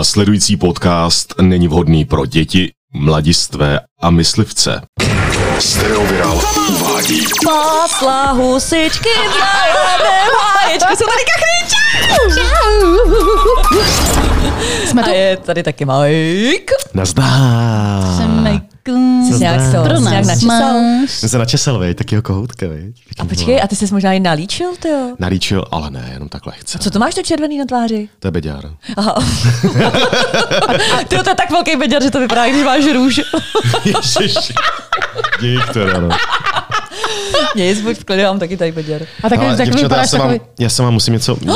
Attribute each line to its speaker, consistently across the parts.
Speaker 1: Následující podcast není vhodný pro děti, mladistvé a myslivce.
Speaker 2: Stereoviral uvádí
Speaker 3: Pásla husičky v zelené háječky jsou tady kachyče!
Speaker 4: Jsme
Speaker 3: A
Speaker 4: tu.
Speaker 3: je tady taky Mike.
Speaker 5: Nazdá.
Speaker 3: Jsi nějak to
Speaker 4: Pro
Speaker 3: jsi nějak
Speaker 4: nás
Speaker 3: načesal.
Speaker 4: máš.
Speaker 5: Jsem se načesal, vej, takýho kohoutka, vej.
Speaker 3: A počkej, a ty jsi možná i nalíčil, ty jo?
Speaker 5: Nalíčil, ale ne, jenom tak lehce.
Speaker 3: Co to máš to červený na tváři?
Speaker 5: To je beďár.
Speaker 3: Aha. ty to je tak velký beďar, že to vypadá, když máš růž.
Speaker 5: Ježiši. Dík, to ano.
Speaker 3: Nic, buď v klidu, já mám taky tady beďar.
Speaker 4: A tak,
Speaker 5: Ale
Speaker 4: tak
Speaker 5: děvčata, já
Speaker 4: vypadáš
Speaker 5: se vám,
Speaker 4: takový...
Speaker 5: já se vám musím něco... ně-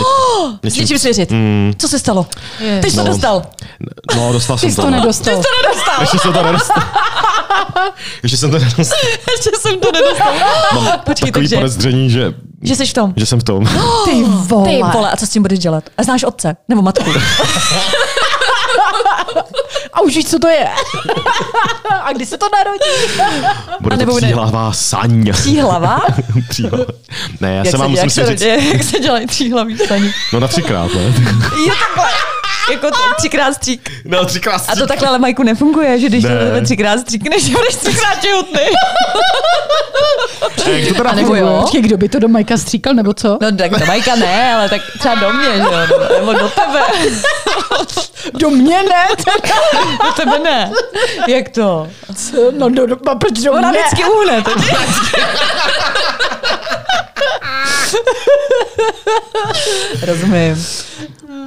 Speaker 3: S něčím svěřit. Co se stalo?
Speaker 4: Je.
Speaker 3: Ty jsi to
Speaker 5: Mm. No.
Speaker 3: dostal.
Speaker 5: No, dostal
Speaker 4: Ty
Speaker 5: jsem
Speaker 4: jsi
Speaker 5: to.
Speaker 4: to
Speaker 5: no.
Speaker 3: Ty
Speaker 4: nedostal.
Speaker 3: jsi to nedostal.
Speaker 5: Ještě jsem to nedostal. Ještě jsem to nedostal.
Speaker 3: Ještě jsem to nedostal. Počkej,
Speaker 5: Takový
Speaker 3: takže,
Speaker 5: podezření, že,
Speaker 3: že jsi v tom.
Speaker 5: že jsem v tom.
Speaker 4: Ty vole.
Speaker 3: Ty vole, a co s tím budeš dělat? A znáš otce? Nebo matku?
Speaker 4: A už víš, co to je. A kdy se to narodí?
Speaker 5: Bude to
Speaker 3: nebo ne-
Speaker 5: příhlavá saň.
Speaker 3: Tří hlava?
Speaker 5: Příhlava. Ne, já
Speaker 3: Jak
Speaker 5: se vám musím
Speaker 3: jak se,
Speaker 5: svěřit.
Speaker 3: rodí, jak se dělají tříhlavý saně?
Speaker 5: No na třikrát, ne?
Speaker 3: Jo, takhle. Jako t- třikrát střík.
Speaker 5: No, třikrát.
Speaker 3: A to takhle ale Majku nefunguje, že když
Speaker 5: Ne.
Speaker 3: to třikrát stříkneš, budeš třikrát těhotný.
Speaker 5: Jak Eh, to teda
Speaker 3: A nebo jo?
Speaker 4: Počkej, kdo by to do Majka stříkal, nebo co?
Speaker 3: No tak to Majka ne, ale tak třeba do mě, že jo? Nebo do tebe.
Speaker 4: Do mě ne.
Speaker 3: Do tebe ne. Jak to?
Speaker 4: No, do, do, a proč do
Speaker 3: Ona
Speaker 4: mě?
Speaker 3: vždycky uhne. To Rozumím.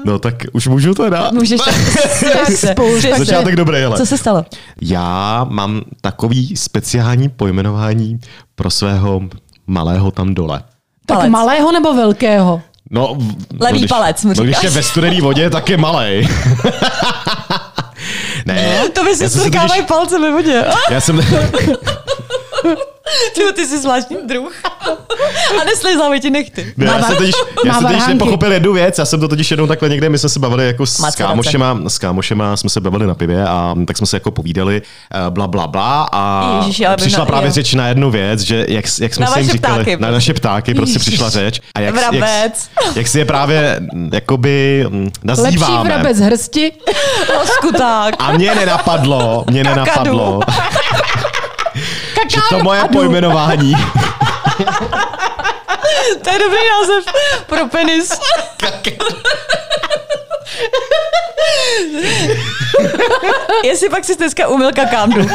Speaker 5: No tak už můžu teda.
Speaker 3: Můžeš tak.
Speaker 4: Spousta-
Speaker 5: Začátek dobrý, ale.
Speaker 3: Co se stalo?
Speaker 5: Já mám takový speciální pojmenování pro svého malého tam dole.
Speaker 4: Tak
Speaker 3: Palec.
Speaker 4: malého nebo velkého?
Speaker 5: No, v-
Speaker 3: Levý
Speaker 5: no, když,
Speaker 3: palec, mu
Speaker 5: no, když
Speaker 3: říkáš.
Speaker 5: je ve studený vodě, tak je malej. ne,
Speaker 3: To by
Speaker 5: já jsem
Speaker 3: si
Speaker 5: se
Speaker 3: strkávají
Speaker 5: totiž-
Speaker 3: palce ve vodě.
Speaker 5: Já jsem,
Speaker 3: Ty, ty jsi zvláštní druh. A neslizávej ti nechty.
Speaker 5: ne,
Speaker 4: Má
Speaker 5: já jsem
Speaker 4: var-
Speaker 5: totiž, já
Speaker 4: má
Speaker 5: jsem totiž
Speaker 4: varhánky.
Speaker 5: nepochopil jednu věc, já jsem to totiž jednou takhle někde, my jsme se bavili jako s
Speaker 3: Macerace.
Speaker 5: kámošema, s kámošema jsme se bavili na pivě a tak jsme se jako povídali eh, bla bla bla a
Speaker 3: Ježiši, ale by
Speaker 5: přišla
Speaker 3: na-
Speaker 5: právě
Speaker 3: jo.
Speaker 5: řeč na jednu věc, že jak, jak jsme
Speaker 3: Na
Speaker 5: si jim
Speaker 3: vaše
Speaker 5: říkali,
Speaker 3: ptáky,
Speaker 5: na naše ptáky prostě
Speaker 3: Ježiš.
Speaker 5: přišla řeč a jak, jak,
Speaker 3: Vrabec.
Speaker 5: jak si je právě mm, jakoby mm,
Speaker 4: Lepší
Speaker 5: nazýváme.
Speaker 4: vrabec hrsti.
Speaker 3: Loskuták.
Speaker 5: A mě nenapadlo, mě nenapadlo, že to moje pojmenování,
Speaker 3: To je dobrý název pro penis. Jestli pak jsi dneska umyl kakándu.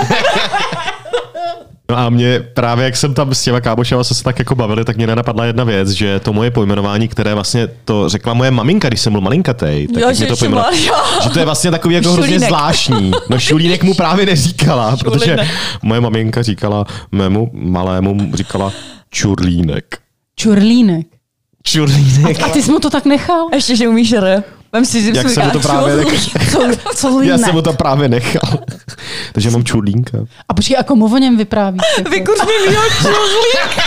Speaker 5: no a mě právě, jak jsem tam s těma kámošema jsme se tak jako bavili, tak mě nenapadla jedna věc, že to moje pojmenování, které vlastně to řekla moje maminka, když jsem byl malinkatej, tak
Speaker 3: Jo,
Speaker 5: jak mě
Speaker 3: že
Speaker 5: to pojmenovala,
Speaker 3: šumáš, jo.
Speaker 5: že to je vlastně takový jako hrozně
Speaker 3: Šulínek.
Speaker 5: zvláštní. No šulínek mu právě neříkala, protože
Speaker 3: Šulínek.
Speaker 5: moje maminka říkala mému malému, říkala čurlínek.
Speaker 4: Čurlínek.
Speaker 5: Čurlínek.
Speaker 4: A ty jsi mu to tak nechal?
Speaker 3: Ještě, že umíš r. Vem si zim
Speaker 5: Jak jsem mu to právě
Speaker 4: Co, co
Speaker 5: Já
Speaker 4: jinak?
Speaker 5: jsem mu to právě nechal. Takže mám čurlínka.
Speaker 4: A počkej, a komu o něm vyprávíš? jako?
Speaker 3: Vykuř mi mýho čudlíka.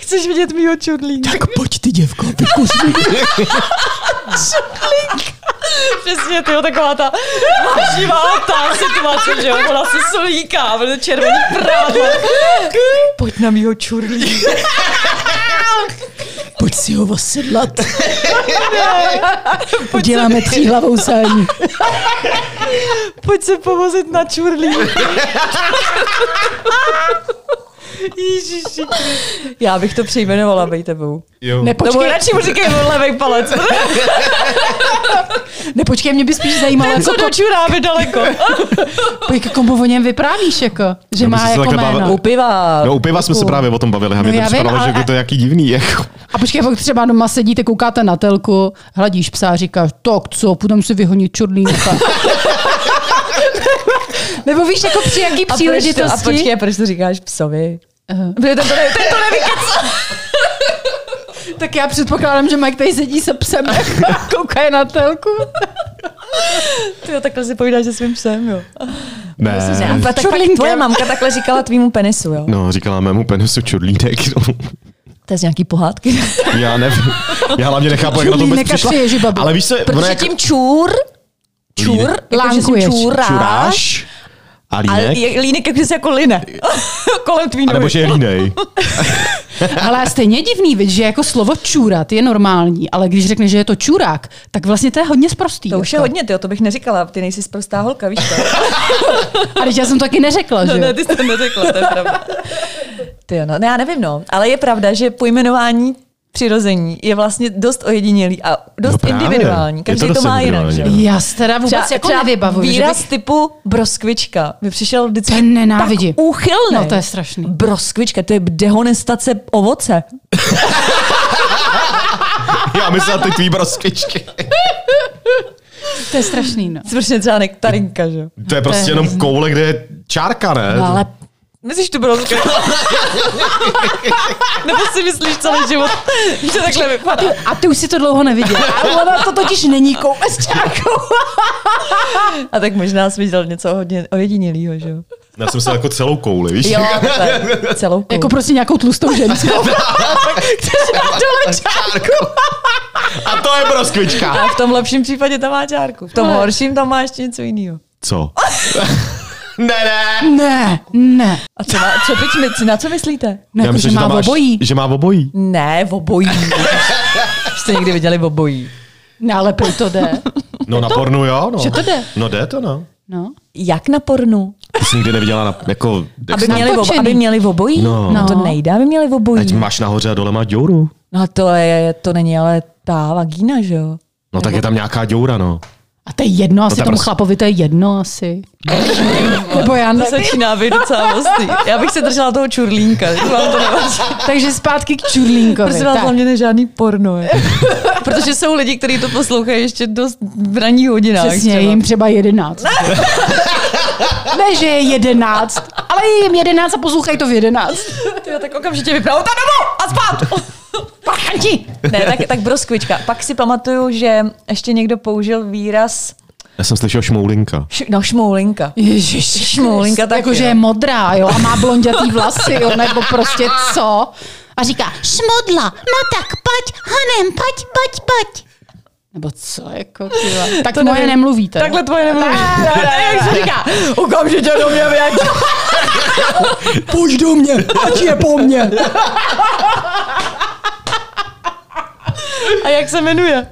Speaker 3: Chceš vidět mýho čudlíka? Tak pojď ty děvko, vykuř mi. Přesně, ty jo, taková ta živá ta situace, že jo, ona se solíká, bude červený prádlo. Pojď na mýho čurlíka.
Speaker 4: Pojď si ho osedlat. Uděláme tříhlavou sání.
Speaker 3: Pojď se povozit na čurlík. Ježiši. Já bych to přejmenovala, bej tebou.
Speaker 5: Jo.
Speaker 3: Nebo
Speaker 4: Nepočkej,
Speaker 3: radši mu říkej levý palec.
Speaker 4: nepočkej, mě by spíš zajímalo,
Speaker 3: Ten,
Speaker 4: jako,
Speaker 3: co do čuráby daleko.
Speaker 4: ko, jako komu o něm vyprávíš, jako, že
Speaker 5: No, my
Speaker 4: má
Speaker 5: jsme se
Speaker 4: jako
Speaker 5: takhle bavili-
Speaker 4: jméno.
Speaker 5: U
Speaker 3: piva.
Speaker 5: No u piva jsme se právě o tom bavili, a mě
Speaker 4: No,
Speaker 5: to
Speaker 4: já vím,
Speaker 5: připadalo, že
Speaker 4: ale-
Speaker 5: jako to je jaký divný. Jako.
Speaker 4: A počkej, pak třeba doma sedíte, koukáte na telku, hladíš psa a říkáš, tak co, půjdem si vyhonit čurlínka. Nebo víš, jako při jaký
Speaker 3: A, proč to,
Speaker 4: příležitosti.
Speaker 3: a počkej, proč to říkáš psovi?
Speaker 4: Aha.
Speaker 3: Protože ten to, ne, ten to neví.
Speaker 4: Tak já předpokládám, že Mike tady sedí se psem a kouká na telku.
Speaker 3: Ty jo, takhle si povídáš se svým psem, jo.
Speaker 5: Ne.
Speaker 3: A tak pak
Speaker 4: Čurlínkem.
Speaker 3: tvoje mamka takhle říkala tvýmu penisu, jo.
Speaker 5: No, říkala mému penisu čurlínek. No.
Speaker 3: To je z nějaký pohádky.
Speaker 5: Já nevím. Já hlavně nechápu, jak na to vůbec
Speaker 4: Čurlínek a
Speaker 5: přišla.
Speaker 4: tři ježibabu.
Speaker 5: Ale víš co, ono
Speaker 3: Protože
Speaker 5: jak
Speaker 3: tím čůr, čůr,
Speaker 5: jako- Línek.
Speaker 3: jakože si
Speaker 4: Lánkuješ.
Speaker 3: čůráš,
Speaker 5: čuráš, A
Speaker 3: Ale
Speaker 5: línek?
Speaker 3: je- línek jak se jako line. Kolem tvý
Speaker 5: A nebo že je línej.
Speaker 4: Ale stejně je divný, viď, že jako slovo čůrat je normální, ale když řekne, že je to čurák, tak vlastně to je hodně sprostý.
Speaker 3: To už je
Speaker 4: jako.
Speaker 3: hodně, tyjo, to bych neříkala, ty nejsi sprostá holka, víš to?
Speaker 4: A když já jsem to taky neřekla, že
Speaker 3: No,
Speaker 4: jo?
Speaker 3: ne, ty jsi to neřekla, to je pravda. Ty jo, no, ne, já nevím, no, ale je pravda, že pojmenování přirození je vlastně dost ojedinělý a
Speaker 5: No
Speaker 3: dost no
Speaker 5: právě.
Speaker 3: individuální.
Speaker 5: Je
Speaker 3: Každý
Speaker 5: to
Speaker 3: to,
Speaker 5: dost
Speaker 3: má jinak.
Speaker 5: individuální,
Speaker 3: Že?
Speaker 5: no.
Speaker 3: jo?
Speaker 4: Já se teda vůbec
Speaker 3: Třeba,
Speaker 4: jako
Speaker 3: třeba
Speaker 4: nevybavuji. že
Speaker 3: výraz
Speaker 4: bych-
Speaker 3: typu broskvička mi přišel vždycky
Speaker 4: Ten nenávidím.
Speaker 3: tak úchylný.
Speaker 4: No, to je strašný.
Speaker 3: Broskvička, to je dehonestace ovoce.
Speaker 5: Já myslel ty tvý broskvičky.
Speaker 4: To je strašný, no.
Speaker 3: Svršně třeba nektarinka, že? jo?
Speaker 5: To je prostě jenom
Speaker 4: hrozný.
Speaker 5: koule, kde je čárka, ne?
Speaker 3: Eh. No, ale Myslíš tu brosku? Nebo si myslíš celý život, že takhle vypadá?
Speaker 4: A ty už si to dlouho neviděl. Ale ona to totiž není koule s čárkou.
Speaker 3: A tak možná jsi viděl něco hodně ojedinělýho, že jo? Jako
Speaker 5: Já jsem myslel jako celou kouli, víš?
Speaker 3: Jo, takhle, celou kouli.
Speaker 4: No. Jako prostě nějakou tlustou ženskou.
Speaker 5: A to je broskvička.
Speaker 3: A v tom lepším případě tam má čárku. V tom
Speaker 4: Ne.
Speaker 3: horším tam má ještě něco jiného.
Speaker 5: Co? ne, ne.
Speaker 4: Ne, ne.
Speaker 3: A co, má, co pičmici, na co myslíte?
Speaker 4: No, jako, že má
Speaker 5: tam máš-
Speaker 4: obojí.
Speaker 5: Že má obojí.
Speaker 3: Ne, v obojí. Jste někdy viděli v obojí.
Speaker 4: Ne, ale prý to jde.
Speaker 5: No na pornu jo, no.
Speaker 4: Že to jde.
Speaker 5: No jde to, no.
Speaker 4: No.
Speaker 3: Jak na pornu?
Speaker 5: To jsi nikdy neviděla na, jako, jak
Speaker 3: Aby
Speaker 5: se-
Speaker 3: měli, v obo,
Speaker 4: natočený.
Speaker 3: aby měli v obojí?
Speaker 5: No.
Speaker 3: no. To nejde, aby měli v
Speaker 5: Ať
Speaker 4: Mhm.
Speaker 3: obojí.
Speaker 5: máš nahoře a dole má děuru.
Speaker 3: No to, je, to není ale ta vagína, že jo?
Speaker 5: No tak je tam nějaká děura, no.
Speaker 4: A to je jedno, asi
Speaker 5: to je
Speaker 4: tomu
Speaker 5: prostě-
Speaker 4: chlapovi to je jedno asi. Nebo já
Speaker 3: To
Speaker 4: ne.
Speaker 3: začíná být docela hostý. Já bych se držela toho čurlínka, že vám to nevadí.
Speaker 4: Takže zpátky k Čurlínkovi.
Speaker 3: Prosím vás,
Speaker 4: Tak.
Speaker 3: hlavně ne žádný porno. Je. Protože jsou lidi, kteří to poslouchají ještě dost v ranní hodinách.
Speaker 4: Přesně, je
Speaker 3: třeba.
Speaker 4: jim třeba jedenáct. ne, že je jedenáct, ale je jim jedenáct a poslouchají to v jedenáct.
Speaker 3: Tyjo, tak okamžitě vypravil, tak domů a spát!
Speaker 4: Pachanti!
Speaker 3: ne, tak, tak broskvička. Pak si pamatuju, že ještě někdo použil výraz
Speaker 5: Já jsem slyšel šmoulinka.
Speaker 3: š- no, šmoulinka.
Speaker 4: Ježiš,
Speaker 3: Šmoulinka taky,
Speaker 4: Jako, že
Speaker 3: jo.
Speaker 4: je modrá, jo, a má blondětý vlasy, jo, nebo prostě co. A říká, šmodla, no tak pať, hanem, pať, pať, pať. Nebo co, jako, tyva. Tak to moje
Speaker 3: nevím.
Speaker 4: nemluvíte.
Speaker 3: Takhle tvoje nemluví. Jak se říká, okamžitě do mě věď.
Speaker 4: půjď do mě, ať je po mně.
Speaker 3: A jak se jmenuje?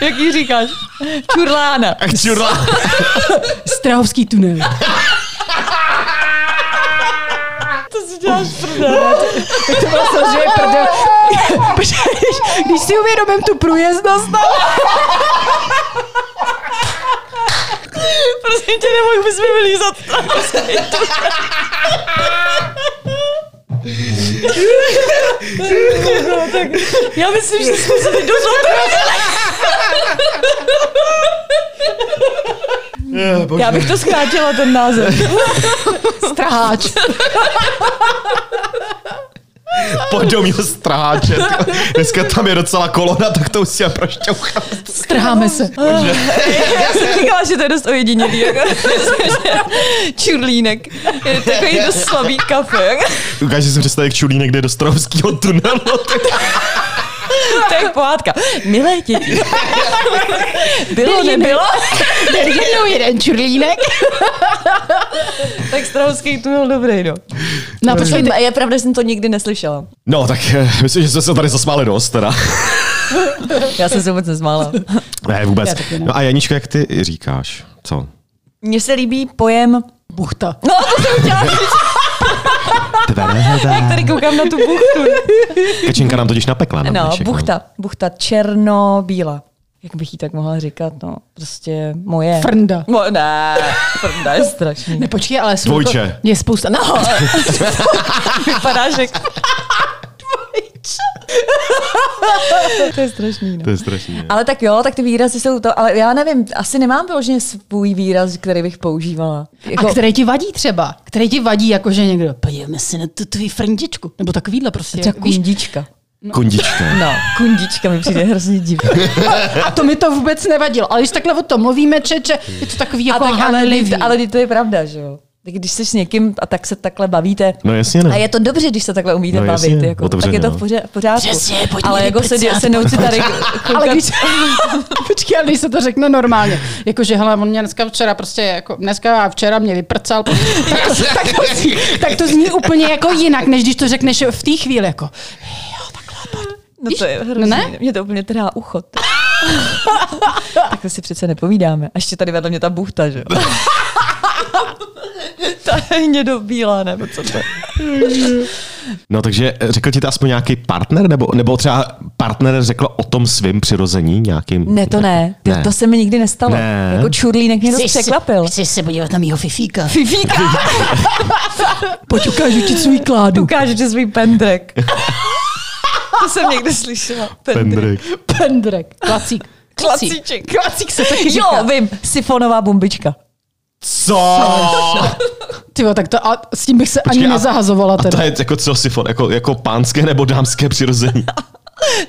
Speaker 3: Jak jí říkáš? Čurlána.
Speaker 5: Čurla.
Speaker 4: Strahovský tunel.
Speaker 3: To si děláš prdel.
Speaker 4: To bylo samozřejmě prdel. Když- Když si uvědomím tu průjezdnost, no,
Speaker 3: Prosím tě, nemohl bys mi vylízat. No, Já myslím, že jsme se teď dost Já bych to zkrátila, ten název.
Speaker 4: straháč.
Speaker 5: Podomil stráče. Dneska tam je docela kolona, tak to už si já prošťouchám.
Speaker 4: Strháme se.
Speaker 3: Já jsem říkala, že to je dost ojedinělý. Jako, čurlínek. Je takový dost slabý kafe.
Speaker 5: Ukáže si představit, jak čulí někde do Strovského tunelu.
Speaker 3: To je pohádka. Milé děti. Bylo, nebylo?
Speaker 4: Jde Jednou jeden čurlínek.
Speaker 3: Tak Strahovský tunel dobrý, no.
Speaker 4: No, počkejte,
Speaker 3: Je pravda, že jsem to nikdy neslyšela.
Speaker 5: No, tak eh, myslím, že jsme se tady zasmáli dost, teda.
Speaker 3: Já jsem se vůbec nezmála.
Speaker 5: Ne, vůbec.
Speaker 4: Já taky ne.
Speaker 5: No a Janíčka, jak ty říkáš? Co?
Speaker 3: Mně se líbí pojem...
Speaker 4: buchta.
Speaker 3: No, to jsem chtěla říct. Jak tady koukám na tu buchtu.
Speaker 5: Kačinka nám totiž napekla. na
Speaker 3: No,
Speaker 5: dnešek,
Speaker 3: buchta. Buchta černobíla. Jak bych jí tak mohla říkat, no. Prostě moje.
Speaker 4: Frnda.
Speaker 3: Mo, ne, frnda je strašný.
Speaker 4: Ne, počkej, ale jsou
Speaker 5: Dvojče.
Speaker 4: jako- Je spousta. No,
Speaker 3: Vypadáš jak... to je strašný, no.
Speaker 5: To je strašný.
Speaker 3: Ale tak jo, tak ty výrazy jsou to, ale já nevím, asi nemám vyloženě svůj výraz, který bych používala. Jako
Speaker 4: a který ti vadí třeba? Který ti vadí, jakože někdo, pojďme si na tu tvý frndičku. Nebo takovýhle prostě.
Speaker 3: třeba
Speaker 4: víš?
Speaker 3: kundička.
Speaker 5: Kondička.
Speaker 3: No, kundička mi přijde hrozně divný.
Speaker 4: A to mi to vůbec nevadilo. Ale když takhle o tom mluvíme, čeče, je to takový jako
Speaker 3: ale,
Speaker 4: hanlivý.
Speaker 3: ale to je pravda, že jo. Tak když jsi s někým a tak se takhle bavíte,
Speaker 5: No jasně ne.
Speaker 3: a je to dobře, když se takhle umíte
Speaker 5: No,
Speaker 3: no,
Speaker 5: jasně,
Speaker 3: bavit, jako, tak
Speaker 5: otevřeně,
Speaker 3: je to
Speaker 5: no.
Speaker 3: v pořa- v pořádku.
Speaker 4: Přesně, pojďme
Speaker 3: ale jako se, dě-
Speaker 4: vyprcat.
Speaker 3: se naučit tady koukat.
Speaker 4: Ale když... Počkej, ale když se to řekne normálně. Jakože, hele, on mě dneska včera prostě, jako dneska a včera mě vyprcal. Tak, to- tak, to, zní- tak to zní úplně jako jinak, než když to řekneš v té chvíli. Jako,
Speaker 3: No to je hrozný.
Speaker 4: ne?
Speaker 3: Ne? Mě to úplně trhá ucho. Takhle si přece nepovídáme. A ještě tady vedle mě ta buchta, že jo? ta je hnědobílá, nebo co to je?
Speaker 5: No takže eh, řekl ti to aspoň nějaký partner, nebo, nebo třeba partner řekl o tom svým přirození nějakým?
Speaker 3: Ne, to ne. ne.
Speaker 5: Ne.
Speaker 3: To se mi nikdy nestalo.
Speaker 5: Ne.
Speaker 3: Jako čurlínek mě dost překvapil.
Speaker 4: Chceš se podívat na mýho fifíka.
Speaker 3: Fifíka! Pojď, ukážu ti svůj kládu. Ukážu ti svůj pendrek. to jsem někde slyšela.
Speaker 5: Pendrik.
Speaker 4: Pendrek. Klacík.
Speaker 3: Klacíček.
Speaker 4: Klacík se taky říká.
Speaker 3: Jo, vím, sifonová bombička.
Speaker 5: Co?
Speaker 4: Ty jo, tak to, a s tím bych se ani
Speaker 5: a-
Speaker 4: nezahazovala
Speaker 5: A
Speaker 4: teda.
Speaker 5: to je jako co sifon, jako, jako pánské nebo dámské přirození.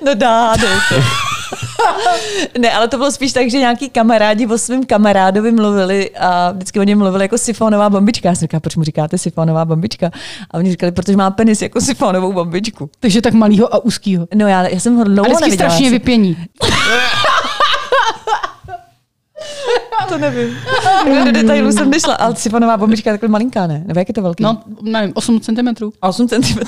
Speaker 3: No dá, dej to. Ne, ale to bylo spíš tak, že nějaký kamarádi o svém kamarádovi mluvili a vždycky o něm mluvili jako sifonová bombička. Já jsem říkala, proč mu říkáte sifonová bombička? A oni říkali, protože má penis jako sifonovou bombičku.
Speaker 4: Takže tak malýho a úzkýho.
Speaker 3: No já, já jsem ho
Speaker 4: A
Speaker 3: dlouho
Speaker 4: vždycky
Speaker 3: neviděla.
Speaker 4: strašně
Speaker 3: já jsem-
Speaker 4: vypění.
Speaker 3: To nevím. Do detailů jsem nešla, ale sifonová bombička je takhle malinká, ne? Nebo jak je to velký?
Speaker 4: No, nevím, 8 cm.
Speaker 3: 8 cm.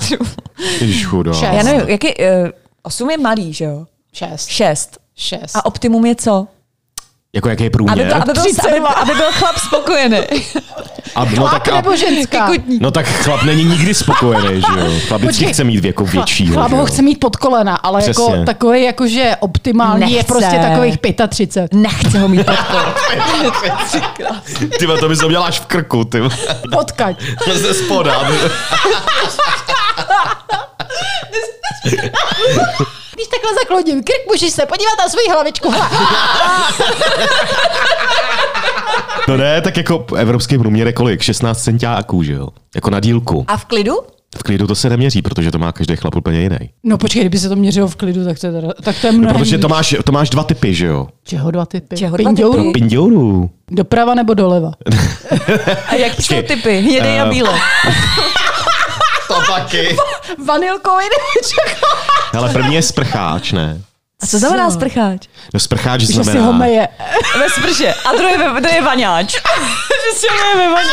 Speaker 5: Ježiš chudá.
Speaker 4: Šest.
Speaker 3: Já nevím, jaký, uh, 8 je malý, že jo?
Speaker 4: 6.
Speaker 3: 6.
Speaker 4: 6.
Speaker 3: A optimum je co?
Speaker 5: Jako jaký je průměr?
Speaker 3: Aby, byl, aby, byl, aby, aby byl chlap spokojený.
Speaker 5: A, no, tak, a,
Speaker 4: nebo ženská?
Speaker 3: Kikutník.
Speaker 5: no tak chlap není nikdy spokojený, že jo? Chlap vždycky
Speaker 4: Počkej.
Speaker 5: chce mít jako větší.
Speaker 4: Chlap ho chce mít pod kolena, ale
Speaker 5: Přesně.
Speaker 4: jako takový jakože optimální je
Speaker 3: Nechce.
Speaker 4: prostě takových 35.
Speaker 3: Nechce ho mít pod kolem.
Speaker 5: Ty to by se měla až v krku, ty.
Speaker 4: Potkať.
Speaker 5: Ze spoda. aby-
Speaker 4: Když takhle zaklodím krk, můžeš se podívat na svou hlavičku. Hele,
Speaker 5: No ne, tak jako evropský průměr je kolik? 16 centiáků, že jo? Jako na dílku.
Speaker 3: A v klidu?
Speaker 5: V klidu to se neměří, protože to má každý chlap úplně jiný.
Speaker 4: no počkej, kdyby se to měřilo v klidu, tak to je, teda, tak to je
Speaker 5: No,
Speaker 4: mnohem
Speaker 5: protože to máš, to máš dva typy, že jo? Mm.
Speaker 4: Čeho dva typy?
Speaker 3: Čeho dva
Speaker 4: Pindourů?
Speaker 3: typy?
Speaker 5: Pindourů.
Speaker 4: Doprava nebo doleva?
Speaker 3: A jaký jsou
Speaker 5: Počkej,
Speaker 3: typy? Hnědej a
Speaker 5: eh,
Speaker 3: bílo.
Speaker 5: To taky.
Speaker 4: Vanilkou jde
Speaker 5: Ale první je sprcháč, ne?
Speaker 3: A co znamená sprcháč?
Speaker 5: No sprcháč
Speaker 4: Že si ho
Speaker 5: znamená...
Speaker 4: meje.
Speaker 3: Ve sprše. A druhý ve, druhý je vaňáč. že si ho ve vaně.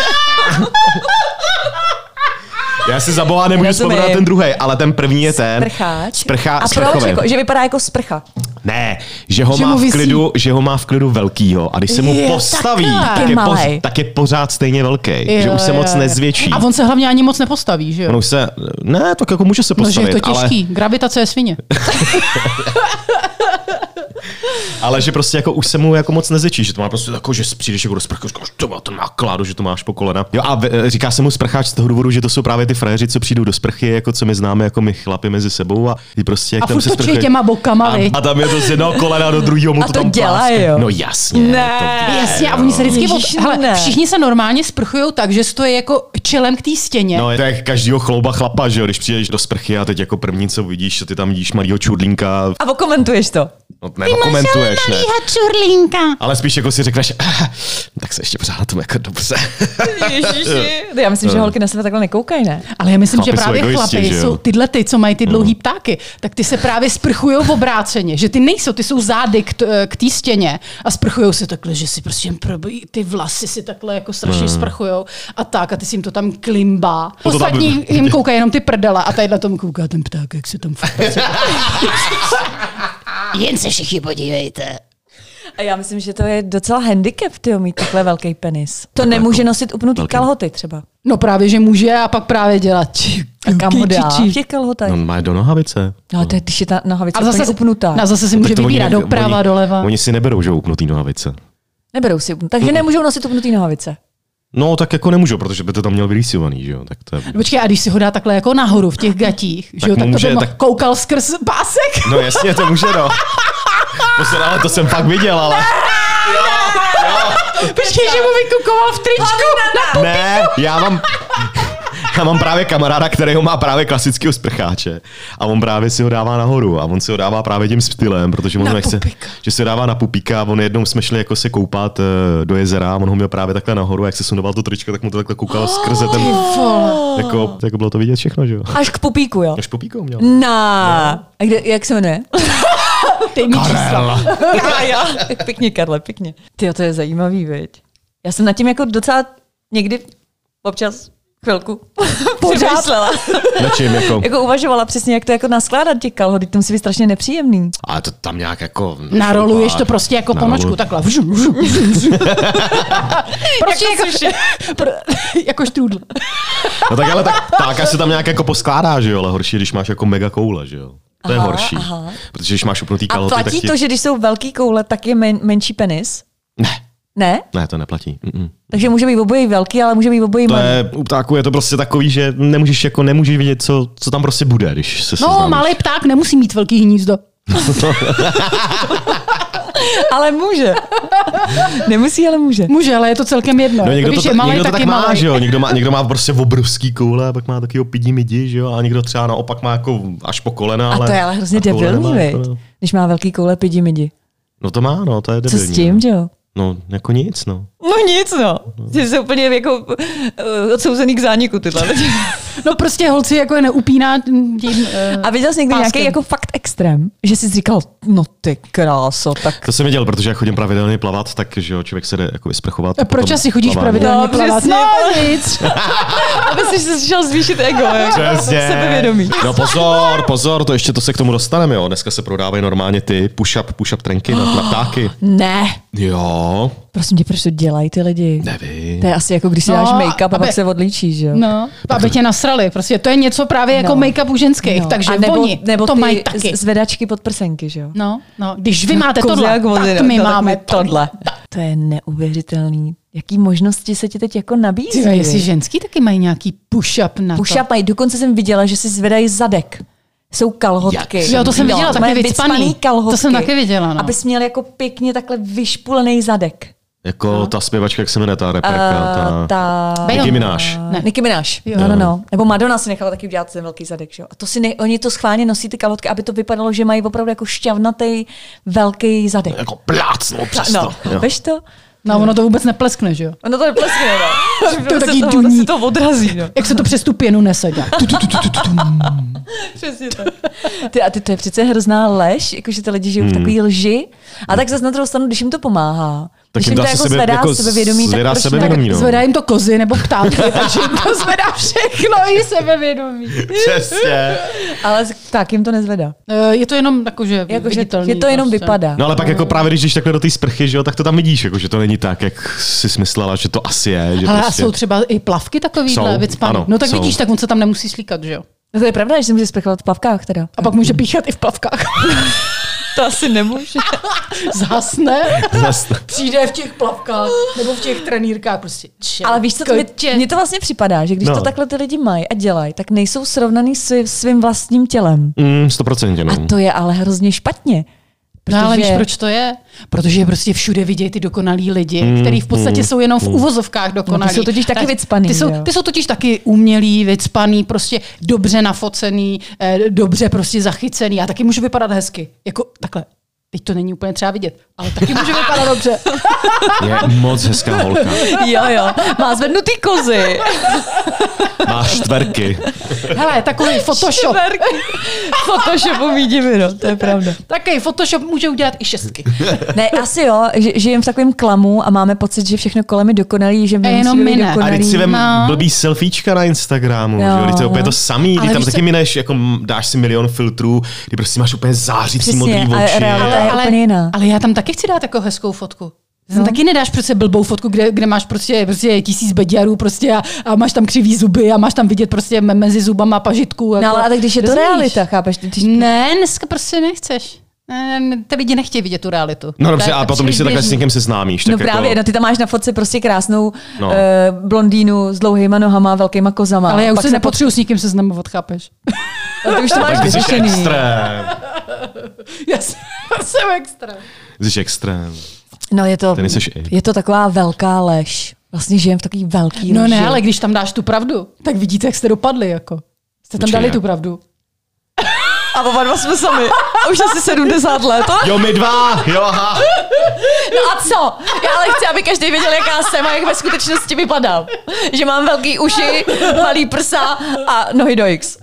Speaker 5: Já si za boha nemůžu
Speaker 3: Rozumím.
Speaker 5: vzpomínat ten druhý, ale ten první je ten.
Speaker 3: Prcháč.
Speaker 5: Sprchá,
Speaker 3: a proč?
Speaker 5: sprchovej.
Speaker 3: Jako, že vypadá jako sprcha.
Speaker 5: Ne, že ho,
Speaker 4: Že
Speaker 5: má
Speaker 4: mu
Speaker 5: v
Speaker 4: visí.
Speaker 5: klidu, že ho má v klidu velkýho a když se mu
Speaker 4: Jo,
Speaker 5: postaví,
Speaker 4: takhle.
Speaker 5: tak
Speaker 3: Tak
Speaker 5: je,
Speaker 3: je
Speaker 5: poz,
Speaker 3: malej.
Speaker 5: tak je pořád stejně velký, že
Speaker 4: Jo,
Speaker 5: už se
Speaker 4: jo,
Speaker 5: moc
Speaker 4: jo.
Speaker 5: nezvětší.
Speaker 4: A on se hlavně ani moc nepostaví, že
Speaker 5: On
Speaker 4: jo?
Speaker 5: už se, ne, tak jako může se
Speaker 4: No, že
Speaker 5: postavit,
Speaker 4: je to
Speaker 5: ale,
Speaker 4: těžký. Gravitace je svině.
Speaker 5: ale, že prostě jako už se mu jako moc nezvětší, že to má prostě jako, že přijdeš jako do sprchy, říkáš, to má, to má kládu, že to máš po kolena. Jo a eh, říká se mu sprcháč z toho důvodu, že to jsou právě ty frajeři, co přijdou do sprchy, jako co my známe, jako my chlapi mezi sebou a ty prostě jak
Speaker 4: A
Speaker 5: tam
Speaker 4: furt
Speaker 5: se
Speaker 4: točí
Speaker 5: sprchuje-
Speaker 4: těma bokama,
Speaker 5: a,
Speaker 4: viď?
Speaker 5: a, tam je to z jednoho kolena do druhého mu
Speaker 3: A to
Speaker 5: tam
Speaker 3: dělají,
Speaker 5: pláskne.
Speaker 3: jo.
Speaker 5: No jasně.
Speaker 3: Ne.
Speaker 5: To,
Speaker 4: Jasně, a oni se vždycky...
Speaker 3: Ježiš,
Speaker 4: Od... Hele,
Speaker 3: ne.
Speaker 4: všichni se normálně sprchují tak, že stojí jako čelem k té stěně.
Speaker 5: No, to je jak každýho chlouba chlapa, že jo, když přijdeš do sprchy a teď jako první, co vidíš, že ty tam vidíš malýho čudlínka,
Speaker 3: A okomentuješ to.
Speaker 5: no, nebo komentuješ, ne?
Speaker 4: čurlinka.
Speaker 5: Ale spíš jako si řekneš, "Ah, tak se ještě pořád na tom jako dobře.
Speaker 3: Ježiši. Já myslím, že holky na sebe takhle nekoukají, ne?
Speaker 4: Ale já myslím,
Speaker 5: Chlapi
Speaker 4: že
Speaker 5: jsou
Speaker 4: právě
Speaker 5: egoisti,
Speaker 4: chlapi
Speaker 5: že jo? No.
Speaker 4: jsou tyhle ty, co mají ty dlouhý ptáky, tak ty se právě sprchují v obráceně, že ty nejsou, ty jsou zády k, t- k té stěně a sprchují se takhle, že si prostě jen probojí, ty vlasy si takhle jako strašně sprchují a tak a ty si jim to tam klimbá.
Speaker 5: Hmm. To tam-
Speaker 4: Ostatní jim koukají jenom ty prdela a tadyhle tomu kouká ten pták, jak se tam fakt pracuje.
Speaker 6: Jen se všichni podívejte.
Speaker 3: A já myslím, že to je docela handicap, ty mít takhle velký penis. To
Speaker 4: jako
Speaker 3: nemůže nosit upnutý kalhoty třeba.
Speaker 4: No právě, že může a pak právě dělat. či-
Speaker 3: A kam ho dá?
Speaker 4: či-
Speaker 3: V
Speaker 4: či-
Speaker 3: těch kalhotách.
Speaker 5: No, má do nohavice.
Speaker 3: No, to je, když je ta nohavice
Speaker 4: A zase,
Speaker 3: upnutá.
Speaker 4: a zase si může
Speaker 5: Tak to oni
Speaker 4: vybírat
Speaker 5: ne-
Speaker 4: doprava,
Speaker 5: oni,
Speaker 4: doleva.
Speaker 5: Oni si neberou, že upnutý nohavice.
Speaker 3: Neberou si upnutý. Takže nemůžou nosit upnutý nohavice.
Speaker 5: No, tak jako nemůžou, protože by to tam měl vyrýsovaný, že jo. Tak to je...
Speaker 4: Počkej, a když si ho dá takhle jako nahoru v těch gatích, že
Speaker 5: Tak
Speaker 4: jo,
Speaker 5: mu
Speaker 4: tak to
Speaker 5: může-
Speaker 4: by mo-
Speaker 5: tak-
Speaker 4: koukal skrz pásek.
Speaker 5: No jasně, to může, no. Pozor, ale to jsem fakt viděl, ale...
Speaker 4: Počkej, že mu vykukoval v tričku.
Speaker 5: Ne, já mám... já mám právě kamaráda, který ho má právě klasického sprcháče a on právě si ho dává nahoru a on si ho dává právě tím stylem, protože on
Speaker 4: Na
Speaker 5: nechce,
Speaker 4: pupíka.
Speaker 5: že si ho dává na pupíka a on jednou jsme šli jako se koupat eh, do jezera a on ho měl právě takhle nahoru a jak se sundoval to tričko, tak mu to takhle koukal skrze ten,
Speaker 4: Oh.
Speaker 5: jako, jako bylo to vidět všechno, že jo.
Speaker 3: Až k pupíku, jo.
Speaker 5: Až pupíkou měl.
Speaker 3: Na. A kde, jak se jmenuje?
Speaker 4: Dej mi čísla.
Speaker 3: Kája. Tak pěkně, Karle, pěkně. Ty to je zajímavý, viď? Já jsem nad tím jako docela někdy občas chvilku přemýšlela.
Speaker 5: Na čím, jako?
Speaker 3: jako uvažovala přesně, jak to jako naskládat těch kalhot, teď to musí být strašně nepříjemný.
Speaker 5: A to tam nějak jako...
Speaker 4: Naroluješ to prostě jako
Speaker 5: Naroluju.
Speaker 4: ponožku, takhle. Vžu, vžu, vžu, vžu.
Speaker 3: Jako
Speaker 4: prostě jako, pro- jako štrůdl.
Speaker 5: No tak ale tak, tak se tam nějak jako poskládá, že jo, ale horší, je, když máš jako mega koule, že jo. To je
Speaker 3: Aha,
Speaker 5: horší.
Speaker 3: aha.
Speaker 5: Protože když máš upnutý
Speaker 3: A
Speaker 5: kalhoty, tak
Speaker 3: platí
Speaker 5: ti...
Speaker 3: to, že když jsou velký koule, tak je men, menší penis?
Speaker 5: Ne,
Speaker 3: Ne?
Speaker 5: ne, to neplatí. Mm-mm.
Speaker 3: Takže může být obojí velký, ale může být obojí
Speaker 5: To
Speaker 3: malý.
Speaker 5: je, u ptáku je to prostě takový, že nemůžeš jako nemůžeš vidět, co, co tam prostě bude, když se
Speaker 4: No,
Speaker 5: seznámíš. No,
Speaker 4: malý pták nemusí mít velký hnízdo.
Speaker 3: Ale může. Nemusí, ale může.
Speaker 4: Může, ale je to celkem jedno.
Speaker 5: No, někdo
Speaker 4: Když
Speaker 5: to,
Speaker 4: je
Speaker 5: tak-
Speaker 4: malý,
Speaker 5: někdo to
Speaker 4: tak
Speaker 5: tak
Speaker 4: je
Speaker 5: má,
Speaker 4: malý.
Speaker 5: že jo? Někdo má, někdo má prostě obrovský koule, a pak má takovýho pidi midi, že jo? A někdo třeba naopak má jako až po kolena,
Speaker 3: A
Speaker 5: ale...
Speaker 3: to je ale hrozně
Speaker 5: a koule
Speaker 3: debilní,
Speaker 5: nemá, jako
Speaker 3: viď?
Speaker 5: no.
Speaker 3: Když má velký koule, pidi midi.
Speaker 5: No to má, no, to je
Speaker 3: Co
Speaker 5: debilní.
Speaker 3: s tím, že jo?
Speaker 5: No, jako nic, no.
Speaker 3: No nic, no. Ty jsi úplně jako uh, odsouzený k zániku tyhle lidi.
Speaker 4: No prostě holci jako je neupíná tím... eh,
Speaker 3: A viděl jsi někdy
Speaker 4: Páskem.
Speaker 3: nějaký jako fakt extrém, že jsi říkal, no ty kráso, tak
Speaker 5: To jsem viděl, protože já chodím pravidelně plavat, tak že jo, člověk se jde jako vysprchovat.
Speaker 4: A proč
Speaker 5: potom
Speaker 4: asi chodíš
Speaker 5: plavání.
Speaker 4: pravidelně
Speaker 3: No,
Speaker 4: plavat?
Speaker 3: přesně.
Speaker 4: Nebo nic.
Speaker 3: aby jsi se začal zvýšit ego, jako,
Speaker 5: Přesně.
Speaker 3: sebevědomí.
Speaker 5: No pozor, pozor, to ještě to se k tomu dostaneme, jo. Dneska se prodávají normálně ty push-up, push-up trenky na, na ptáky.
Speaker 3: Ne,
Speaker 5: Jo,
Speaker 3: prosím tě, proč to dělají ty lidi?
Speaker 5: nevím.
Speaker 3: To je asi jako, když si
Speaker 4: No,
Speaker 3: dáš make-up a
Speaker 4: aby-
Speaker 3: pak se odlíčíš, že jo?
Speaker 4: No, aby tě nasrali. Prostě to je něco právě jako
Speaker 3: No.
Speaker 4: make-up u ženských, takže
Speaker 3: a nebo,
Speaker 4: oni
Speaker 3: nebo
Speaker 4: to
Speaker 3: ty
Speaker 4: mají taky.
Speaker 3: z- zvedačky pod prsenky, že jo?
Speaker 4: No, no, když vy máte
Speaker 3: Kozy
Speaker 4: tohle,
Speaker 3: jak vozy,
Speaker 4: tak
Speaker 3: no.
Speaker 4: my
Speaker 3: No, tak
Speaker 4: máme
Speaker 3: my
Speaker 4: tohle.
Speaker 3: To je neuvěřitelný. Jaký možnosti se ti teď jako nabízí?
Speaker 4: Ty, jestli ženský taky mají nějaký push-up na to.
Speaker 3: Push-up mají, dokonce jsem viděla, že si zvedají zadek. Jsou kalhotky. No,
Speaker 5: Jak?
Speaker 4: Jo, to jsem viděla, taky
Speaker 3: mají
Speaker 4: vycpaný.
Speaker 3: kalhotky.
Speaker 4: To jsem taky viděla, no.
Speaker 3: Abys měl jako pěkně takhle vyšpulený zadek.
Speaker 5: Jako
Speaker 4: no.
Speaker 5: ta zpěvačka, jak se jmenuje ta
Speaker 3: Uh,
Speaker 4: Eh,
Speaker 5: reperka, ta...
Speaker 3: ta...
Speaker 5: Nicki
Speaker 4: Beyoncé.
Speaker 5: Minaj.
Speaker 4: Ne.
Speaker 3: Nicki Minaj. No, no, no. Nebo Madonna si nechala taky udělat ten velký zadek, že jo? A to si ne, oni to schválně nosí ty kalhotky, aby to vypadalo, že mají opravdu jako šťavnatý velký zadek.
Speaker 5: Jako plácnou přes
Speaker 3: No,
Speaker 5: to. jo.
Speaker 3: veš to?
Speaker 4: No, ono to vůbec nepleskne, že jo?
Speaker 3: Ono to je pleskne, no.
Speaker 4: To je
Speaker 3: Se
Speaker 4: taky
Speaker 3: to,
Speaker 4: duní.
Speaker 3: se to odrazí, no.
Speaker 4: Jak se to přes tu pěnu nese. tak.
Speaker 3: Přesně tak. Ty, a ty, to je přece hrozná lež, jakože ty lidi žijou
Speaker 5: Hmm.
Speaker 3: v takový lži. A tak zase na druhou stranu, když jim to pomáhá, když
Speaker 5: jim
Speaker 3: jim to
Speaker 5: to
Speaker 3: jako
Speaker 5: asi sebe-
Speaker 3: zvedá
Speaker 5: jako
Speaker 3: sebevědomí, tak
Speaker 5: zvedá
Speaker 3: proč
Speaker 5: sebevědomí.
Speaker 3: ne?
Speaker 5: Vědomí, no.
Speaker 4: Zvedá jim to kozy nebo ptáky, takže jim to zvedá všechno i sebevědomí.
Speaker 5: Přesně.
Speaker 3: Ale tak jim to nezvedá.
Speaker 4: Eh, Je to jenom jakože
Speaker 3: Jako, že,
Speaker 4: viditelný.
Speaker 3: že to jenom
Speaker 4: prostě.
Speaker 3: vypadá.
Speaker 5: No ale pak jako právě, když jdeš takhle do té sprchy, že jo, tak to tam vidíš, jako, že to není tak, jak si smyslela, že to asi je. Že
Speaker 4: Ale a
Speaker 5: prostě...
Speaker 4: jsou třeba i plavky takovýhle
Speaker 5: Jsou,
Speaker 4: vycpaný.
Speaker 5: ano,
Speaker 4: No tak
Speaker 5: jsou.
Speaker 4: vidíš, tak on se tam nemusí slíkat, že jo?
Speaker 3: No to je pravda, že se může sprchovat v plavkách teda.
Speaker 4: A pak může píchat i v plavkách.
Speaker 3: To asi nemůže.
Speaker 4: Zhasne.
Speaker 5: Zas-
Speaker 4: Přijde v těch plavkách nebo v těch trenýrkách prostě. Čel,
Speaker 3: Ale víš co, to mi- mně to vlastně připadá, že když
Speaker 5: No.
Speaker 3: to takhle ty lidi mají a dělají, tak nejsou srovnaný s svým vlastním tělem.
Speaker 5: Mm, stoprocentně, no.
Speaker 3: A to je ale hrozně špatně. Protože...
Speaker 4: No ale víš, proč to je? Protože prostě všude vidějí ty dokonalí lidi, mm, který v podstatě jsou jenom v uvozovkách dokonalí.
Speaker 3: No, jsou totiž taky
Speaker 4: Tak
Speaker 3: vycpaný,
Speaker 4: Ty
Speaker 3: že
Speaker 4: jsou,
Speaker 3: jo?
Speaker 4: ty jsou totiž taky umělí, vycpaný, prostě dobře nafocený, eh, dobře prostě zachycený. Já taky můžu vypadat hezky. Jako takhle. Teď to není úplně třeba vidět, ale taky můžu vypadat dobře.
Speaker 5: Je moc hezká holka.
Speaker 3: Jo, jo, má zvednutý kozy.
Speaker 5: Má čtverky.
Speaker 4: Hele, takový Photoshop.
Speaker 3: Photoshopu vidíme, no, to je pravda.
Speaker 4: Takový Photoshop může udělat i šestky.
Speaker 3: Ne, asi jo, že, žijeme v takovém klamu a máme pocit, že všechno kolem je dokonalý, že my
Speaker 4: A jenom
Speaker 3: musíme
Speaker 4: my
Speaker 3: být
Speaker 4: ne.
Speaker 5: A
Speaker 3: dokonalý.
Speaker 5: teď si vem
Speaker 4: No.
Speaker 5: blbý selfiečka na Instagramu,
Speaker 3: Jo,
Speaker 5: jo, že? jo, Teď to je
Speaker 3: jo.
Speaker 5: úplně to samý,
Speaker 4: Ale
Speaker 5: ty tam
Speaker 4: víš
Speaker 5: taky
Speaker 4: co-
Speaker 5: mineš, jako m, dáš si milion filtrů, ty prostě máš úplně zářící
Speaker 3: Přesně,
Speaker 5: modrý
Speaker 3: ale
Speaker 5: oči.
Speaker 3: realita je-
Speaker 4: ale,
Speaker 3: úplně jiná.
Speaker 4: ale já tam taky chci dát jako hezkou fotku. No. Taky nedáš přece blbou fotku, kde, kde máš prostě, prostě tisíc beďarů prostě a, a, máš tam křivý zuby a máš tam vidět prostě me- mezi zubama pažitku. Jako,
Speaker 3: No, ale tak když je to
Speaker 4: Rozumíš?
Speaker 3: realita, chápeš? Když...
Speaker 4: Ne, dneska prostě nechceš. Ne, ne, Ty lidi nechtějí vidět tu realitu.
Speaker 5: No
Speaker 4: To
Speaker 5: dobře,
Speaker 4: je-
Speaker 5: a
Speaker 4: to
Speaker 5: potom, když se
Speaker 4: je
Speaker 5: takhle s
Speaker 4: běžný.
Speaker 5: někým seznámíš, tak
Speaker 3: No právě,
Speaker 5: jako...
Speaker 3: no ty tam máš na fotce prostě krásnou
Speaker 5: No.
Speaker 3: no. uh, blondýnu s dlouhýma nohama, velkýma kozama.
Speaker 4: Ale já už
Speaker 3: Pak
Speaker 4: se
Speaker 3: pot-
Speaker 4: nepotřebuji s nikým seznamovat, chápeš?
Speaker 3: No, ty už to máš
Speaker 5: tak ty jsi
Speaker 3: vyřešený.
Speaker 5: extrém.
Speaker 4: Já jsem, jsem extra.
Speaker 5: Jsi extrém.
Speaker 3: No je to,
Speaker 5: Ten jsi ape.
Speaker 3: je to taková velká lež. Vlastně žijeme v takový velký
Speaker 4: No
Speaker 3: lži.
Speaker 4: ne, ale když tam dáš tu pravdu, tak vidíte, jak jste dopadli. Jako. Jste tam
Speaker 5: Počkej,
Speaker 4: dali
Speaker 5: já-
Speaker 4: tu pravdu.
Speaker 3: A oba dva jsme sami. A Už asi 70 let.
Speaker 5: Jo, my dva, jo, aha.
Speaker 3: No a co? Já ale chci, aby každý věděl, jaká jsem a jak ve skutečnosti vypadám. Že mám velký uši, malý prsa a nohy do X.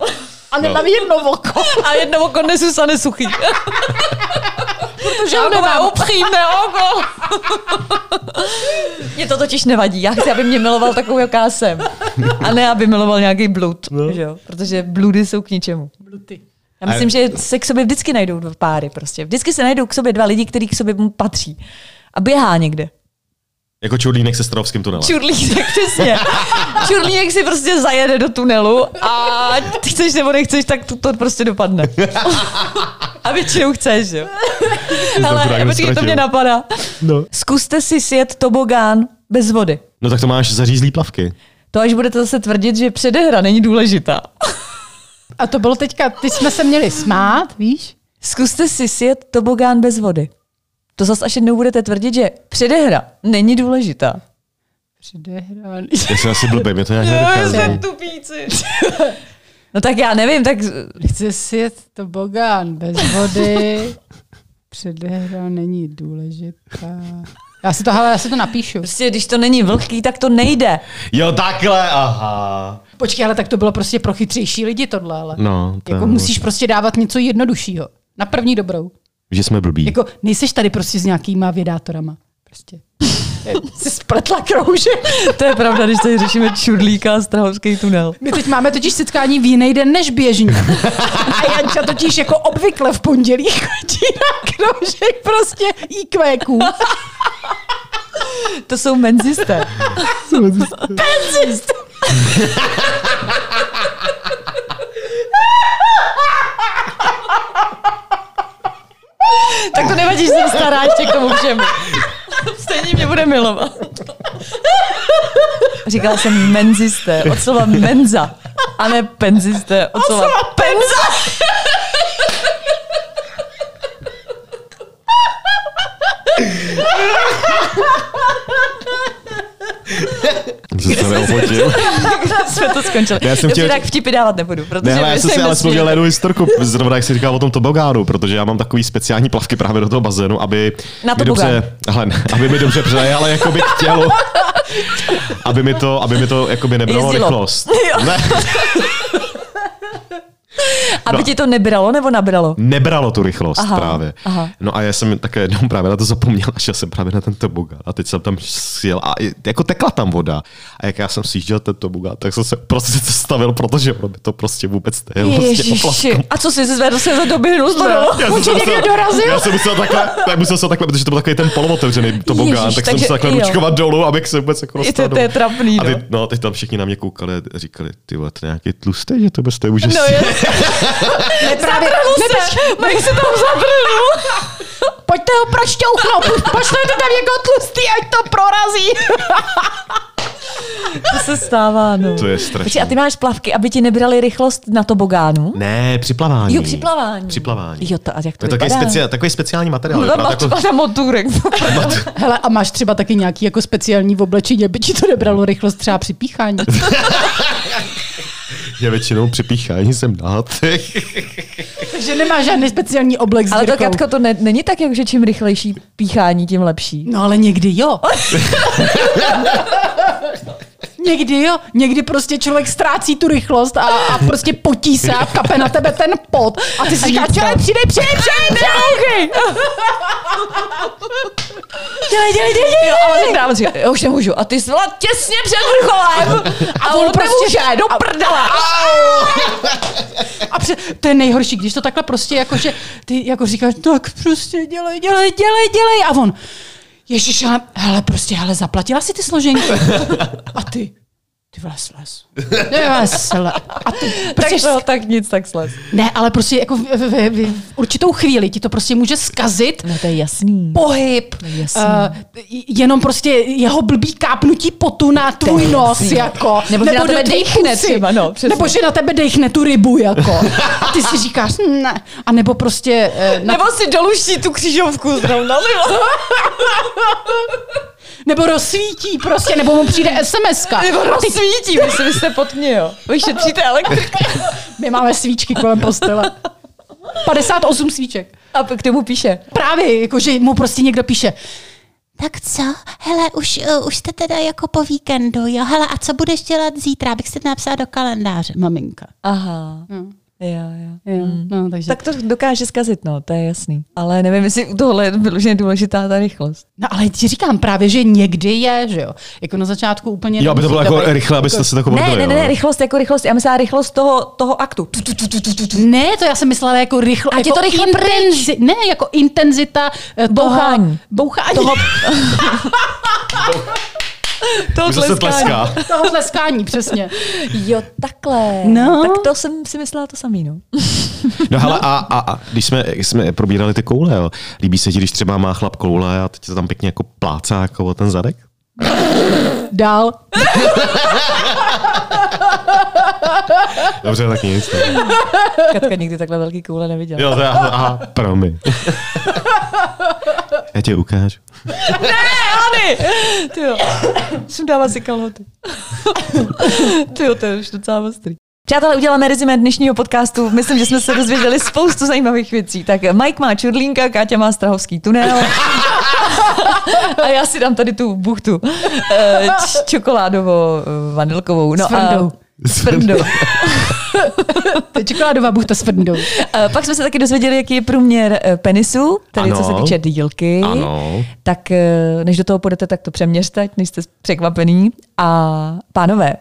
Speaker 4: A nemám no. jedno oko.
Speaker 3: A jedno oko nesu sane suchý. Protože ono má upřímné oko. mě to totiž nevadí. Já chci, aby mě miloval takovou, jaká jsem. A ne, aby miloval nějaký blud. No. Že jo? Protože bludy jsou k ničemu.
Speaker 4: Bluty.
Speaker 3: Já myslím, že se k sobě vždycky najdou dva páry. Prostě. Vždycky se najdou k sobě dva lidi, kteří k sobě patří. A běhá někde.
Speaker 5: Jako čurlínek se strovským tunelem.
Speaker 3: Čurlínek, přesně. Čurlínek si prostě zajede do tunelu a ty chceš nebo nechceš, tak to, to prostě dopadne. A většinou chceš, jo. Ale
Speaker 5: Dobrák
Speaker 3: počkej, to
Speaker 5: ztratil.
Speaker 3: mě napadá. No. Zkuste si sjet tobogán bez vody.
Speaker 5: No tak to máš zařízlý plavky.
Speaker 3: To až budete zase tvrdit, že předehra není důležitá.
Speaker 4: A to bylo teďka, ty jsme se měli smát, víš?
Speaker 3: Zkuste si sjet tobogán bez vody. To zase až jednou budete tvrdit, že předehra není důležitá.
Speaker 4: Předehraný.
Speaker 5: Já se asi blbý, mě to nějak nedochází.
Speaker 3: tupíci. No tak já nevím, tak
Speaker 4: Chce si jet to bogán bez vody. Předehra není důležitá. Já si to, hele, já si to napíšu.
Speaker 3: prostě když to není vlhký, tak to nejde.
Speaker 5: Jo, takhle, aha.
Speaker 4: Počkej, ale tak to bylo prostě pro chytřejší lidi tohle, ale.
Speaker 5: No, to
Speaker 4: jako
Speaker 5: je
Speaker 4: musíš prostě dávat něco jednoduššího. Na první dobrou.
Speaker 5: Že jsme blbí.
Speaker 4: Jako nejseš tady prostě s nějakýma vědátorama. Prostě. Jsi spletla kroužek.
Speaker 3: To je pravda, když tady řešíme čudlíka a strahovský tunel.
Speaker 4: My teď máme totiž setkání v jiný den než běžně. A Janča totiž jako obvykle v pondělí chodí na kroužek prostě IQQ.
Speaker 3: To jsou menzisté. Menzisté. tak to nevadí, že jsem stará ještě k tomu všemu. Stejně mě bude milovat. Říkala jsem menzisté, od slova menza. A ne penzisté, od slova penza.
Speaker 5: Jsem se neopotil.
Speaker 3: Jsme to skončili.
Speaker 5: Já jsem
Speaker 3: Dobře,
Speaker 5: chtěl-
Speaker 3: tak vtipy dávat nebudu, protože
Speaker 5: Ne, hele, já
Speaker 3: my
Speaker 5: jsem
Speaker 3: se
Speaker 5: si
Speaker 3: jim
Speaker 5: ale vzpomněl na
Speaker 3: nesmějeme.
Speaker 5: jednu historku, zrovna jak jsi říkal o tom tobogánu, protože já mám takový speciální plavky právě do toho bazénu, aby
Speaker 3: Na
Speaker 5: mi
Speaker 3: tobogán.
Speaker 5: dobře, hele, ne, aby mi dobře přeje, ale jako by tělo, aby mi to, aby mi to jako by nebralo
Speaker 3: Jezdilo.
Speaker 5: rychlost.
Speaker 3: Jo.
Speaker 5: Ne,
Speaker 3: Aby
Speaker 5: no.
Speaker 3: ti to nebralo nebo nabralo?
Speaker 5: nebralo tu rychlost
Speaker 3: Aha,
Speaker 5: aha, právě.
Speaker 3: aha.
Speaker 5: Aha. No a já jsem také jednou právě na to zapomněl, a šel jsem právě na ten tobogán a teď jsem tam sjel a i- jako tekla tam voda. A jak já jsem sjížděl ten tobogán, tak jsem se prostě zastavil, protože ono by to prostě vůbec nejelo. Prostě oplaskou.
Speaker 3: Ježiši, a co jsi zvedl se za doby no? hnusno?
Speaker 5: Já
Speaker 4: On
Speaker 5: jsem
Speaker 4: ti
Speaker 5: se
Speaker 4: někdo
Speaker 5: musel-
Speaker 4: dorazil?
Speaker 5: Já jsem musel takhle, tak musel jsem takhle, protože to byl takový ten polootevřený tobogán,
Speaker 3: Ježíš,
Speaker 5: tak jsem
Speaker 3: takže
Speaker 5: musel takhle
Speaker 3: jo.
Speaker 5: ručkovat dolů, abych se vůbec jako
Speaker 3: Je to-
Speaker 5: dostal
Speaker 3: to
Speaker 5: dolů.
Speaker 3: je trapný,
Speaker 5: A
Speaker 3: no.
Speaker 5: ty, no, teď tam všichni na mě koukali a říkali, ty vole, to je nějaký tlustý, že to prostě bez té úžasný.
Speaker 3: No je, zabrnul se, Mike se tam zabrnul.
Speaker 4: Pojďte ho prošťouchnout, pošlete tam někoho tlustý, ať to prorazí.
Speaker 3: To se stává, no.
Speaker 5: To je strašný.
Speaker 3: Počkej, a ty máš plavky, aby ti nebrali rychlost na tobogánu?
Speaker 5: Ne, připlavání.
Speaker 3: Jo, připlavání.
Speaker 5: Připlavání.
Speaker 3: Jo, to- a jak to No,
Speaker 5: je takový,
Speaker 3: vypadá?
Speaker 5: speciál, takový speciální materiál.
Speaker 3: Tam
Speaker 5: vypadá
Speaker 3: má
Speaker 5: to
Speaker 3: třeba
Speaker 5: jako,
Speaker 3: na motůrek.
Speaker 4: Hele, a máš třeba taky nějaký jako speciální v oblečení, aby ti to nebralo rychlost třeba při píchání.
Speaker 5: já většinou připíchání jsem na těch.
Speaker 4: Takže nemáš žádný speciální oblek s
Speaker 3: Ale to,
Speaker 4: dírkou.
Speaker 3: Katko, to ne, není tak, jak že čím rychlejší píchání, tím lepší.
Speaker 4: No ale někdy jo. někdy jo. Někdy prostě člověk ztrácí tu rychlost a, a prostě potí se a kape na tebe ten pot. A ty si říkáš,
Speaker 3: nic
Speaker 4: "Čele,
Speaker 3: dál."
Speaker 4: přidej, přidej, přidej, přidej.
Speaker 3: Dělej, dělej, dělej, dělej. Jo, ale tak dávám si, já už nemůžu. A ty jsi byla těsně před vrcholem. A on prostě, do prdele.
Speaker 4: A pře- to je nejhorší, když to takhle prostě jako, že ty jako říkáš, tak prostě dělej, dělej, dělej, dělej. A on, Ježíš, ale, hele, prostě, hele, zaplatila si ty složenky. A ty, ty vles, vles. Ne, vles, vles. A ty,
Speaker 3: Tak,
Speaker 4: prostě
Speaker 3: no, tak nic, tak slez.
Speaker 4: Ne, ale prostě jako v, v, v, v, v určitou chvíli ti to prostě může skazit
Speaker 3: No to je jasný.
Speaker 4: pohyb,
Speaker 3: jasný.
Speaker 4: uh, jenom prostě jeho blbý kápnutí potu na tvůj
Speaker 3: je
Speaker 4: nos,
Speaker 3: jasný.
Speaker 4: jako.
Speaker 3: Nebo že na
Speaker 4: do
Speaker 3: tebe
Speaker 4: tvý
Speaker 3: dejchne
Speaker 4: pusy.
Speaker 3: třeba, no, přesně.
Speaker 4: Nebo že na tebe dechne tu rybu, jako. A ty si říkáš, "Hm, ne. A nebo prostě... eh, Na,
Speaker 3: Nebo si doluští tu křížovku zrovna. nebo-
Speaker 4: nebo rozsvítí prostě, nebo mu přijde sms
Speaker 3: Nebo rozsvítí, vy si vy jste pod mě, jo. Vy šetříte elektriku.
Speaker 4: My máme svíčky kolem postele. 58 svíček.
Speaker 3: A k tomu píše.
Speaker 4: Právě, jakože mu prostě někdo píše,
Speaker 7: Tak co? Hele, už, uh, už jste teda jako po víkendu, jo? Hele, a co budeš dělat zítra? Abych si to napsala do kalendáře.
Speaker 4: maminka.
Speaker 3: Aha. Jo, jo.
Speaker 4: Jo, no, takže.
Speaker 3: Hmm. Mm. Tak to dokáže zkazit, no, to je jasný. Ale nevím, jestli u tohle je vyloženě důležitá ta rychlost.
Speaker 4: No ale ti říkám právě, že někdy je, že jo. Jako na začátku úplně...
Speaker 5: Jo, aby to bylo jako
Speaker 4: nemusí
Speaker 5: rychle, abyste se jako
Speaker 3: Ne,
Speaker 5: mrdali,
Speaker 3: ne, ne,
Speaker 5: no.
Speaker 3: ne, rychlost jako rychlost. Já myslela rychlost toho, toho aktu. Tu, tu, tu, tu, tu, tu, tu.
Speaker 4: Ne, to já jsem myslela jako rychle.
Speaker 3: A
Speaker 4: jako
Speaker 3: je to rychle pryč.
Speaker 4: intenzi, Ne, jako intenzita eh, toho,
Speaker 3: Bouchání.
Speaker 4: Bouchání. Toho,
Speaker 3: To
Speaker 5: Už zase
Speaker 3: tleskání.
Speaker 5: tleská.
Speaker 4: toho tleskání, přesně.
Speaker 3: Jo, takhle.
Speaker 4: No.
Speaker 3: Tak to jsem si myslela to samý, no.
Speaker 5: No hele, a, a, a když jsme, jsme probírali ty koule, jo. líbí se ti, když třeba má chlap koule a teď se tam pěkně jako plácá jako o ten zadek?
Speaker 4: Dál.
Speaker 5: Dobře, tak nic. Ne.
Speaker 3: Katka nikdy takhle velký koule neviděla.
Speaker 5: Jo, to já, aha, promiň. Já ti ukážu.
Speaker 3: Ani! Ty jo, sundává si kalhoty. Ty jo, to je už docela ostrý. Přátelé, uděláme rezime dnešního podcastu. Myslím, že jsme se dozvěděli spoustu zajímavých věcí. Tak Mike má čurlínka, Káťa má strahovský tunel. A já si dám tady tu buchtu eh, č- čokoládovo-vanilkovou. No,
Speaker 4: S frndou.
Speaker 3: A, s frndou.
Speaker 4: To je čokoládová buchta s frndou.
Speaker 3: Eh, Pak jsme se taky dozvěděli, jaký je průměr eh, penisu, tedy co se
Speaker 5: Ano.
Speaker 3: týče dílky.
Speaker 5: Ano.
Speaker 3: Tak eh, než do toho půjdete, tak to přeměřte, ať nejste překvapený. A pánové,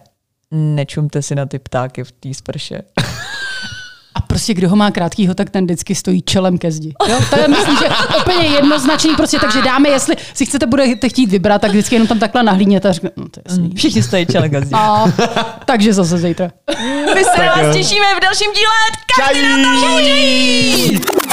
Speaker 3: nečumte si na ty ptáky v té sprše.
Speaker 4: A prostě kdo ho má krátkýho, tak ten vždycky stojí čelem ke zdi. Jo? To je myslím, že úplně jednoznačný, prostě, takže dáme, jestli si chcete, budete chtít vybrat, tak vždycky jenom tam takhle nahlídněte a řekne, no to je
Speaker 5: Mm.
Speaker 4: jasný.
Speaker 3: Všichni stojí čele gazdí.
Speaker 4: A, takže zase zítra.
Speaker 3: My se na vás těšíme v dalším díle. Každý na to
Speaker 5: Čají!